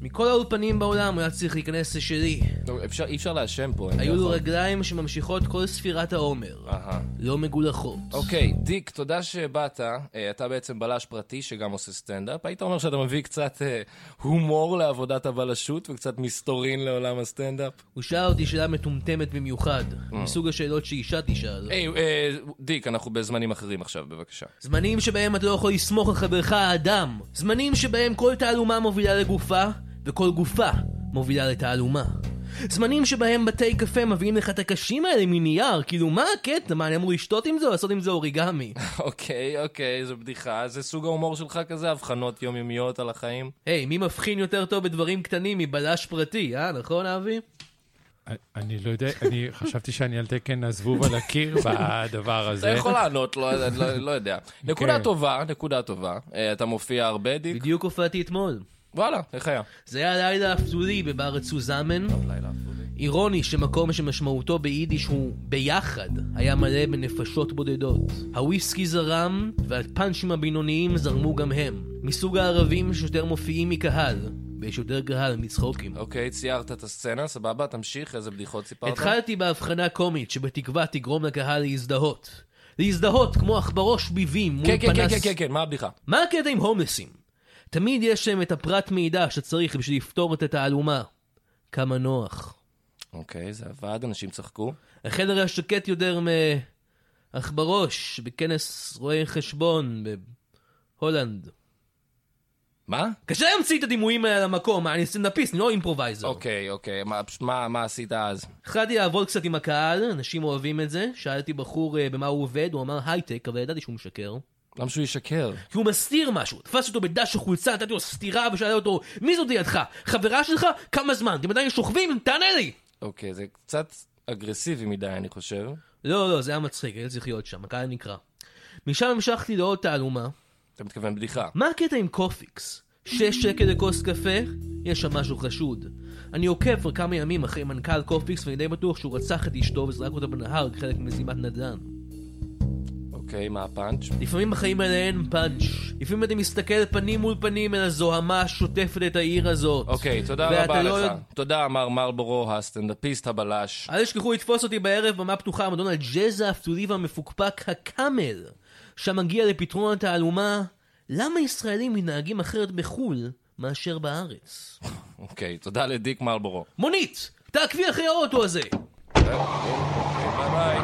C: מכל האולפנים בעולם הוא היה צריך להיכנס לשלי.
B: לא, אפשר, אי אפשר להאשם פה. אין
C: היו
B: דרך.
D: נכון.
C: לו רגליים שממשיכות כל ספירת העומר.
D: אה.
B: אהה.
C: לא מגולחות.
B: אוקיי, דיק, תודה שבאת. אה, אתה בעצם בלש פרטי שגם עושה סטנדאפ. היית אומר שאתה מביא קצת אה, הומור לעבודת הבלשות וקצת מסתורין לעולם הסטנדאפ?
C: הוא שאל אותי שאלה מטומטמת במיוחד,
D: אה.
C: מסוג השאלות שאישה תשאל.
B: היי, אה, דיק, אנחנו בזמנים אחרים עכשיו, בבקשה.
C: זמנים שבהם אתה לא יכול לסמוך על חברך האדם. זמנים שבהם כל תעלומה מובילה לגופה, וכל גופה מובילה לתעלומה. זמנים שבהם בתי קפה מביאים לך את הקשים האלה מנייר, כאילו מה הקטע? מה, אני אמור לשתות עם זה או לעשות עם זה אוריגמי?
B: אוקיי, אוקיי, זו בדיחה. זה סוג ההומור שלך כזה? הבחנות יומיומיות על החיים?
C: היי, מי מבחין יותר טוב בדברים קטנים מבלש פרטי, אה? נכון, אבי?
D: אני לא יודע, אני חשבתי שאני על תקן הזבוב על הקיר בדבר הזה.
B: אתה יכול לענות, לא- לא לא יודע. נקודה טובה, נקודה טובה. אה, אתה מופיע הרבה, דיק?
C: כן. בדיוק הופעתי אתמול.
B: וואלה, איך היה?
C: זה היה לילה אפסולי בבר סוזמן.
B: לילה אפולי.
C: אירוני שמקום שמשמעותו ביידיש הוא ביחד היה מלא בנפשות בודדות. הוויסקי זרם והפאנצ'ים הבינוניים זרמו גם הם. מסוג הערבים שיותר מופיעים מקהל, ויש יותר קהל מצחוקים.
B: אוקיי, ציירת את הסצנה, סבבה, תמשיך, איזה בדיחות סיפרת?
C: התחלתי בהבחנה קומית שבתקווה תגרום לקהל להזדהות. להזדהות כמו עכברוש ביבים מול
B: כן,
C: פנס...
B: כן, כן, כן, כן, כן, מה הבדיחה?
C: מה הקטע עם הומלסים? תמיד יש להם את הפרט מידע שצריך בשביל לפתור את התעלומה. כמה נוח.
B: אוקיי, זה עבד, אנשים צחקו.
C: החדר היה שקט יותר מעכברוש בכנס רואי חשבון בהולנד.
B: מה?
C: קשה להמציא את הדימויים האלה למקום, מה, אני סטנדאפיסט, אני לא אימפרובייזר.
B: אוקיי, אוקיי, מה- פש- מה מה עשית אז?
C: החלטתי לעבוד קצת עם הקהל, אנשים אוהבים את זה. שאלתי בחור אה, במה הוא עובד, הוא אמר הייטק, אבל ידעתי שהוא משקר.
B: למה שהוא ישקר?
C: כי הוא מסתיר משהו, תפסתי אותו בדש החולצה, נתתי לו סטירה ושאלתי אותו, מי זאת לידך? חברה שלך? כמה זמן? אתם עדיין שוכבים? תענה לי!
B: אוקיי, זה קצת אגרסיבי מדי, אני חושב.
C: לא, לא, זה היה מצחיק, הייתי צריך להיות שם, הקהל נקרא. משם המשכתי לעוד תעלומה,
B: אתה מתכוון בדיחה.
C: מה הקטע עם קופיקס? שש שקל לכוס קפה? יש שם משהו חשוד. אני עוקב כבר כמה ימים אחרי מנכ"ל קופיקס ואני די בטוח שהוא רצח את אשתו וזרק אותה בנהר כחלק ממזימת נדל"ן.
B: אוקיי, מה הפאנץ'?
C: לפעמים בחיים האלה אין פאנץ'. לפעמים אתה מסתכל פנים מול פנים אל הזוהמה השוטפת את העיר הזאת.
B: אוקיי, תודה
C: ואתה
B: רבה
C: לא
B: לך.
C: יודע-
B: תודה, מר מרבורו, הסטנדאפיסט הבלש.
C: אל תשכחו לתפוס אותי בערב במה פתוחה, מדון הג'אז האפסולי והמפוקפק הקאמל, שם מגיע לפתרון התעלומה, למה ישראלים מתנהגים אחרת בחו"ל מאשר בארץ?
B: אוקיי, תודה לדיק מרבורו.
C: מונית! תעקבי אחרי האוטו הזה!
B: ביי ביי.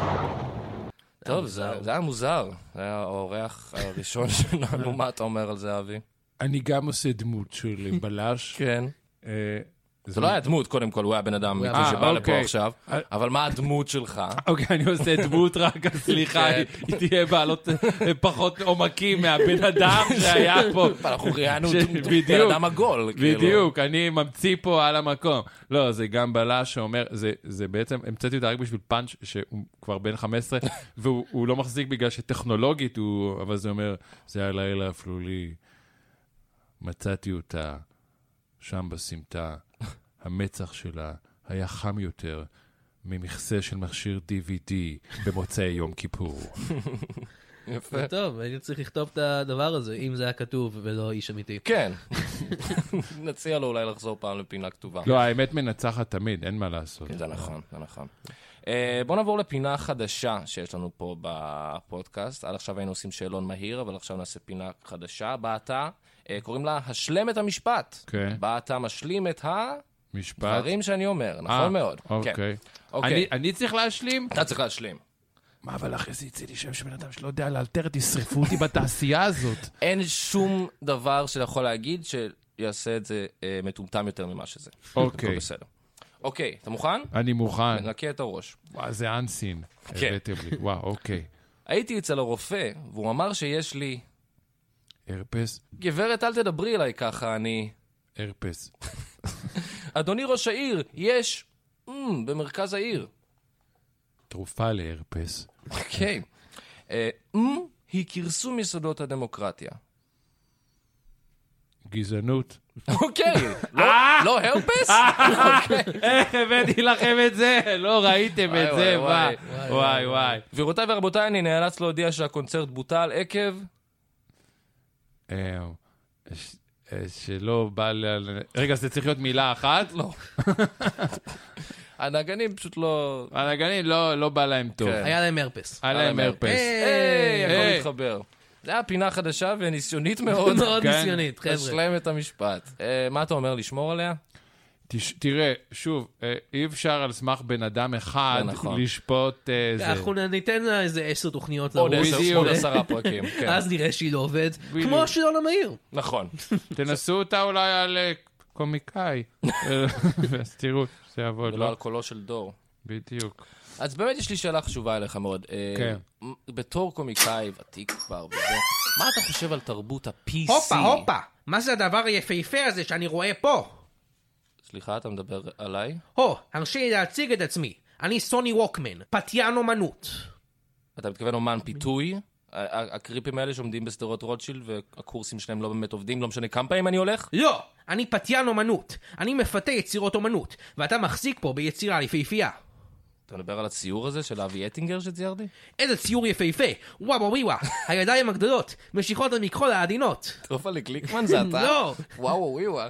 B: טוב, זה זה היה מוזר. זה היה האורח הראשון שלנו, מה אתה אומר על זה, אבי?
D: אני גם עושה דמות של בלש.
B: כן.
D: אה,
B: זה לא היה דמות, קודם כל, הוא היה בן אדם אמיתי
D: אה,
B: שבא לפה
D: אוקיי.
B: עכשיו,
D: אה.
B: אבל מה הדמות שלך?
D: אוקיי, אני עושה דמות רק, אז סליחה,
B: כן.
D: היא היא תהיה בעלות אה, פחות עומקים מהבן אדם שהיה פה.
B: אנחנו ראיינו
D: ש-
B: דמות- בן
D: בדיוק.
B: אדם עגול. כאילו.
D: בדיוק, אני ממציא פה על המקום. לא, זה גם בלש שאומר, זה, זה בעצם, המצאתי אותה רק בשביל פאנץ' שהוא כבר בן 15, והוא הוא לא מחזיק בגלל שטכנולוגית הוא, אבל זה אומר, זה הלילה אפלולי, מצאתי אותה שם בסמטה, המצח שלה היה חם יותר. ממכסה של מכשיר DVD במוצאי יום כיפור.
B: יפה.
C: זה טוב, הייתי צריך לכתוב את הדבר הזה, אם זה היה כתוב ולא איש אמיתי.
B: כן. נציע לו אולי לחזור פעם לפינה כתובה.
D: לא, האמת מנצחת תמיד, אין מה לעשות.
B: זה נכון, זה נכון. אה, בואו נעבור לפינה חדשה שיש לנו פה בפודקאסט. עד עכשיו היינו עושים שאלון מהיר, אבל עכשיו נעשה פינה חדשה. בה אתה, אה, קוראים לה השלם את המשפט.
D: כן.
B: בה אתה משלים את הדברים
D: משפט.
B: שאני אומר,
D: אה,
B: נכון מאוד. כן.
D: אוקיי. אני-
B: אוקיי.
D: אני צריך להשלים?
B: אתה צריך להשלים.
D: מה, אבל אחרי זה יצא לי שם של בן אדם שלא יודע לאלתר, תשרפו אותי בתעשייה הזאת.
B: אין שום דבר שאתה יכול להגיד שיעשה את זה אה, מטומטם יותר ממה שזה.
D: אוקיי.
B: הכל בסדר. אוקיי, אתה מוכן?
D: אני מוכן.
B: נקה את הראש.
D: וואו, זה אנסין.
B: כן.
D: הבאתם לי. וואו, אוקיי.
B: הייתי אצל הרופא, והוא אמר שיש לי,
D: הרפס,
B: גברת, אל תדברי אליי ככה, אני...
D: הרפס.
B: אדוני ראש העיר, יש... Mm, במרכז העיר.
D: תרופה להרפס.
B: אוקיי. אה, "אמ" היא כרסום יסודות הדמוקרטיה.
D: גזענות.
B: אוקיי. לא- לא הרפס?
D: איך הבאתי לכם את זה? לא ראיתם
B: וואי,
D: את
B: וואי,
D: זה?
B: וואי.
D: וואי, וואי, וואי.
B: גבירותיי ורבותיי, אני נאלץ להודיע שהקונצרט בוטל עקב...
D: אה, ש- אה, שלא בא ל... רגע, זה צריך להיות מילה אחת?
B: לא. הנגנים פשוט לא...
D: הנגנים לא לא בא להם טוב.
B: כן.
D: היה
C: היה להם הרפס.
D: להם הרפס.
B: היי, הכל
D: היי.
B: מתחבר. זה היה פינה חדשה וניסיונית מאוד.
C: מאוד
D: כן.
C: ניסיונית, חבר'ה.
B: תשלם את המשפט. אה, מה אתה אומר, לשמור עליה?
D: תש... תראה, שוב, אה, אי אפשר על סמך בן אדם אחד
B: לא נכון.
D: לשפוט אה, זה.
C: אנחנו ניתן לה איזה עשר תוכניות
B: עוד
C: לרוץ.
B: עשר,
D: בדיוק.
B: עוד עשרה פרקים. כן.
C: לא, אז נראה שהיא לא עובדת, כמו השילון המהיר.
B: נכון.
D: תנסו אותה אולי על אה, קומיקאי, אה, ואז תראו, זה יעבוד,
B: ולא על
D: לא?
B: קולו של דור.
D: בדיוק.
B: אז באמת יש לי שאלה חשובה אליך מאוד. אה,
D: כן.
B: מ- בתור קומיקאי ותיק כבר וזה, מה אתה חושב על תרבות ה-PC?
C: מה זה הדבר היפהפה הזה שאני רואה פה?
B: סליחה, אתה מדבר עליי?
C: הו, הרשי לי להציג את עצמי. אני סוני ווקמן, פתיין אומנות.
B: אתה מתכוון אומן פיתוי? ה- ה- הקריפים האלה שעומדים בשדרות רוטשילד והקורסים שלהם לא באמת עובדים, לא משנה כמה פעמים אני הולך?
C: לא, אני פתיין אומנות. אני מפתה יצירות אומנות, ואתה מחזיק פה ביצירה יפהפייה.
B: אתה מדבר על הציור הזה של אבי אטינגר שציירתי?
C: איזה ציור יפהפה! וואו וואו וואו! הידיים הגדולות, משיכות המקרול העדינות.
B: טרופה לקליקמן זה אתה?
C: לא.
B: וואו וואו וואו.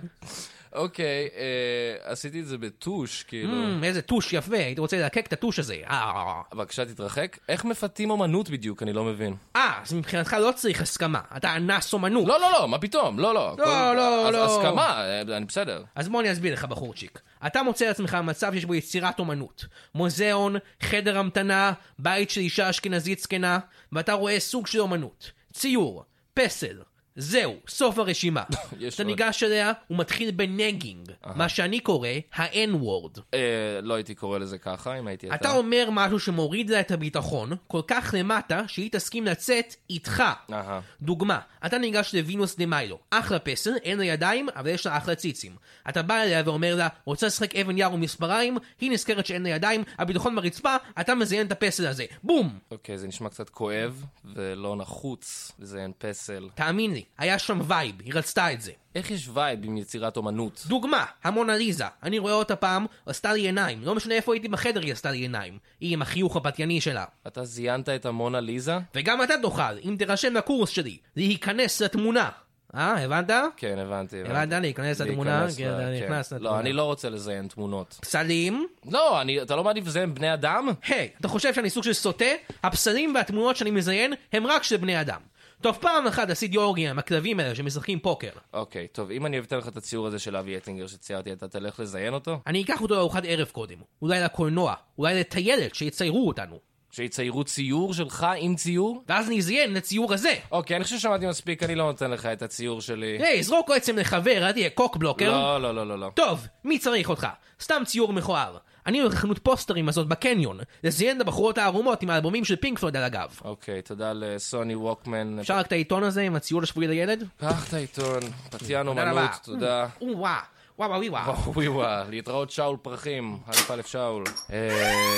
B: אוקיי, אה, עשיתי את זה בטוש, כאילו.
C: Mm, איזה טוש יפה, הייתי רוצה להקק את הטוש הזה. אה,
B: בבקשה תתרחק. איך מפתים אומנות בדיוק? אני לא מבין.
C: אה, אז מבחינתך לא צריך הסכמה, אתה אנס אומנות.
B: לא, לא, לא, מה פתאום? לא, לא. הכל-
C: לא,
B: אז-
C: לא.
B: הסכמה, אה, אני בסדר.
C: אז בוא אני אסביר לך, בחורצ'יק. אתה מוצא לעצמך מצב שיש בו יצירת אומנות. מוזיאון, חדר המתנה, בית של אישה אשכנזית זקנה, ואתה רואה סוג של אומנות. ציור, פסל. זהו, סוף הרשימה.
B: יש
C: אתה
B: עוד.
C: ניגש אליה, הוא מתחיל בנגינג, מה שאני קורא ה-N-word.
B: אה, לא הייתי קורא לזה ככה, אם הייתי
C: אתה אומר משהו שמוריד לה את הביטחון, כל כך למטה, שהיא תסכים לצאת איתך.
B: אהה.
C: דוגמה, אתה ניגש לווינוס דה מיילו, אחלה פסל, אין לה ידיים, אבל יש לה אחלה ציצים. אתה בא אליה ואומר לה, רוצה לשחק אבן יער ומספריים, היא נזכרת שאין לה ידיים, הביטחון ברצפה, אתה מזיין את הפסל הזה. בום!
B: אוקיי, זה נשמע קצת כואב ולא נחוץ לזיין פסל.
C: תאמין לי, היה שם וייב, היא רצתה את זה.
B: איך יש וייב עם יצירת אומנות?
C: דוגמה, המונליזה, אני רואה אותה פעם, עשתה לי עיניים, לא משנה איפה הייתי בחדר היא עשתה לי עיניים. היא עם החיוך הפתייני שלה.
B: אתה זיינת את המונה ליזה?
C: וגם אתה תוכל, אם תירשם לקורס שלי, להיכנס לתמונה. אה, הבנת?
B: כן, הבנתי.
C: הבנת? להיכנס לתמונה?
B: להיכנס
C: כן,
B: ל-
C: אתה
B: כן.
C: נכנס לתמונה.
B: לא, אני לא רוצה לזיין תמונות.
C: פסלים?
B: לא, אני- אתה לא מעדיף לזיין בני אדם?
C: היי, אתה חושב שאני סוג של סוטה? הפסלים והתמונות שאני מזיין הם רק של בני אדם. טוב, פעם אחת עשית גיאורגיה עם הכלבים האלה שמשחקים פוקר.
B: אוקיי, טוב, אם אני אבטל לך את הציור הזה של אבי אטינגר שציירתי, אתה תלך לזיין אותו?
C: אני אקח אותו לארוחת ערב קודם, אולי לקולנוע, אולי לטיילת שיציירו אותנו.
B: שיציירו ציור שלך עם ציור?
C: ואז נזיין לציור הזה.
B: אוקיי, אני חושב ששמעתי מספיק, אני לא נותן לך את הציור שלי.
C: היי, זרוק עצם לחבר, אל תהיה קוק בלוקר.
B: לא, לא, לא, לא, לא.
C: טוב, מי צריך אותך? סתם ציור מכוער. אני הולך לחנות פוסטרים הזאת בקניון, לזיין את הבחורות הערומות עם האלבומים של פינק פלויד על הגב.
B: אוקיי, תודה לסוני ווקמן.
C: אפשר רק את העיתון הזה עם הציור השבועי לילד?
B: פתח את העיתון, פתיין
C: תודה
B: אומנות,
C: רבה. אה.
B: תודה.
C: Mm,
B: אה,
C: או וואה, וואה וואי וואי.
B: אוי וואה, להתראות שאול פרחים, אלף אלף שאול. אה,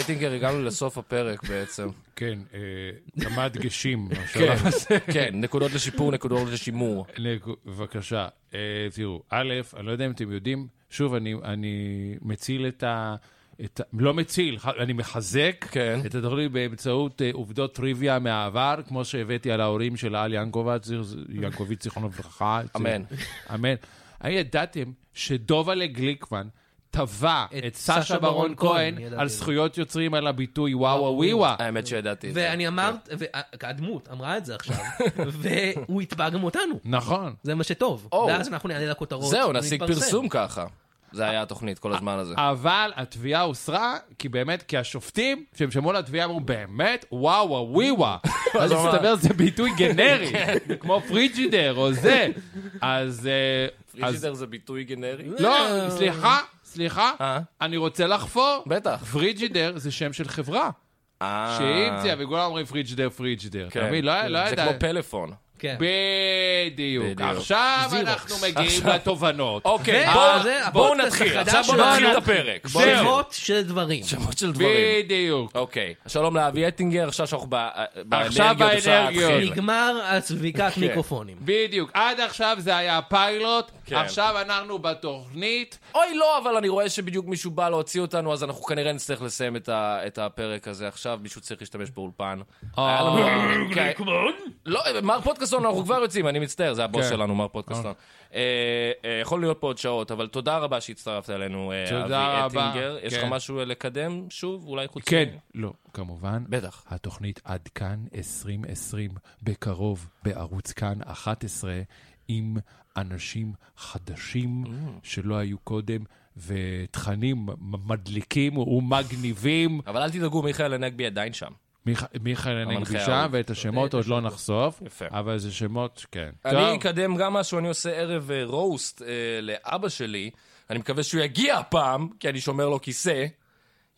B: אטינגר, הגענו לסוף הפרק בעצם.
D: כן, אה, כמה דגשים. כן.
B: כן, נקודות לשיפור, נקודות לשימור.
D: נק- בבקשה, אה, תראו, א', אני לא יודע אם אתם יודעים, שוב, אני, אני מציל את ה... את, ה- לא מציל, ח- אני מחזק
B: כן.
D: את התוכנית באמצעות אה, עובדות טריוויה מהעבר, כמו שהבאתי על ההורים של על ינקובץ, ינקוביץ, זיכרונו לברכה.
B: אמן.
D: אמן. האם ידעתם שדובלה גליקמן תבע את,
C: את סשה
D: סשה
C: ברון
D: ברון כהן
C: כהן, ידעתי.
D: על זכויות יוצרים על הביטוי וואו וואו וואו?
B: האמת שידעתי. את זה. כן.
C: ואני אמרת, והדמות אמרה את זה עכשיו, והוא יתבע גם אותנו.
D: נכון.
C: זה מה שטוב.
B: או.
C: ואז אנחנו נעלה לכותרות.
B: זהו,
C: וזה
B: נשיג
C: יתפרסם.
B: פרסום ככה. זה היה התוכנית כל הזמן הזה.
D: אבל התביעה הוסרה, כי באמת, כי השופטים שהם שמעו על התביעה אמרו, באמת? וואו, וואו, ווי וואו. אז
B: ממש.
D: מסתבר שזה ביטוי גנרי,
B: כן.
D: כמו פריג'ידר או זה. אז... אה, אז-
B: פריג'ידר זה ביטוי גנרי?
D: לא, סליחה, סליחה,
B: אה?
D: אני רוצה לחפור.
B: בטח.
D: פריג'ידר זה שם של חברה
B: אה.
D: שהמציאה, וכולם אומרים פריג'ידר, פריג'ידר. אתה
B: כן.
D: מבין? לא לא
B: זה
D: ידע.
B: כמו פלאפון.
C: כן.
D: בדיוק.
B: בדיוק.
D: עכשיו
C: זירוקס.
D: אנחנו מגיעים
B: עכשיו-
D: לתובנות.
B: אוקיי,
C: זה-
B: בואו-
C: זה
B: בואו
C: הפודקאסט
B: נתחיל.
C: החדש
B: עכשיו בואו
C: שלנו.
B: נתחיל את הפרק. בואו נתחיל.
C: שמות של דברים.
B: שמות של דברים.
D: בדיוק.
B: אוקיי, שלום לאבי אטינגר, עכשיו שאנחנו ב- אה,
D: עכשיו
B: באנרגיות אפשר
D: באנרגיות.
B: להתחיל.
C: נגמר הצביקת מיקרופונים.
D: בדיוק. עד עכשיו זה היה הפיילוט,
B: כן.
D: עכשיו אנחנו בתוכנית.
B: אוי לא, אבל אני רואה שבדיוק מישהו בא להוציא אותנו, אז אנחנו כנראה נצטרך לסיים את, ה, את הפרק הזה עכשיו, מישהו צריך להשתמש באולפן.
D: אה.
B: היה לנו- כן. לא, מר פודקאסטון, אנחנו כבר יוצאים, אני מצטער, זה הבוס
D: כן.
B: שלנו, מר פודקאסטון. אה, אה, יכול להיות פה עוד שעות, אבל תודה רבה שהצטרפת אלינו, אה,
D: תודה
B: אבי
D: רבה,
B: אטינגר. יש לך
D: כן.
B: משהו אה, לקדם שוב? אולי חוץ... מ-
D: לא, כמובן.
B: כן. בטח.
D: התוכנית עד כאן 2020, בקרוב בערוץ כאן 11, עם אנשים חדשים שלא היו קודם, ותכנים מדליקים ומגניבים.
B: אבל אל תדאגו, מיכאל הנגבי עדיין שם.
D: מיכ- מיכאל הנגבי
B: המנחה
D: שם,
B: האהוב.
D: ואת השמות עוד לא נחשוף,
B: יפה.
D: אבל זה שמות, כן.
B: אני
D: טוב.
B: אקדם גם משהו, אני עושה ערב אה, רוסט אה, לאבא שלי. אני מקווה שהוא יגיע הפעם, כי אני שומר לו כיסא.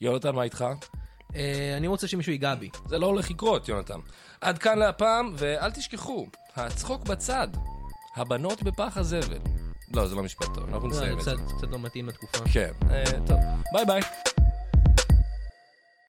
B: יונתן, מה איתך?
C: אה, אני רוצה שמישהו ייגע בי.
B: זה לא הולך לקרות, יונתן. עד כאן להפעם, ואל תשכחו, הצחוק בצד, הבנות בפח הזבל. לא, זה לא משפט טוב, אנחנו
C: זה
B: נסיים את זה.
C: קצת- קצת לא מתאים לתקופה.
B: כן, אה, טוב. ביי ביי.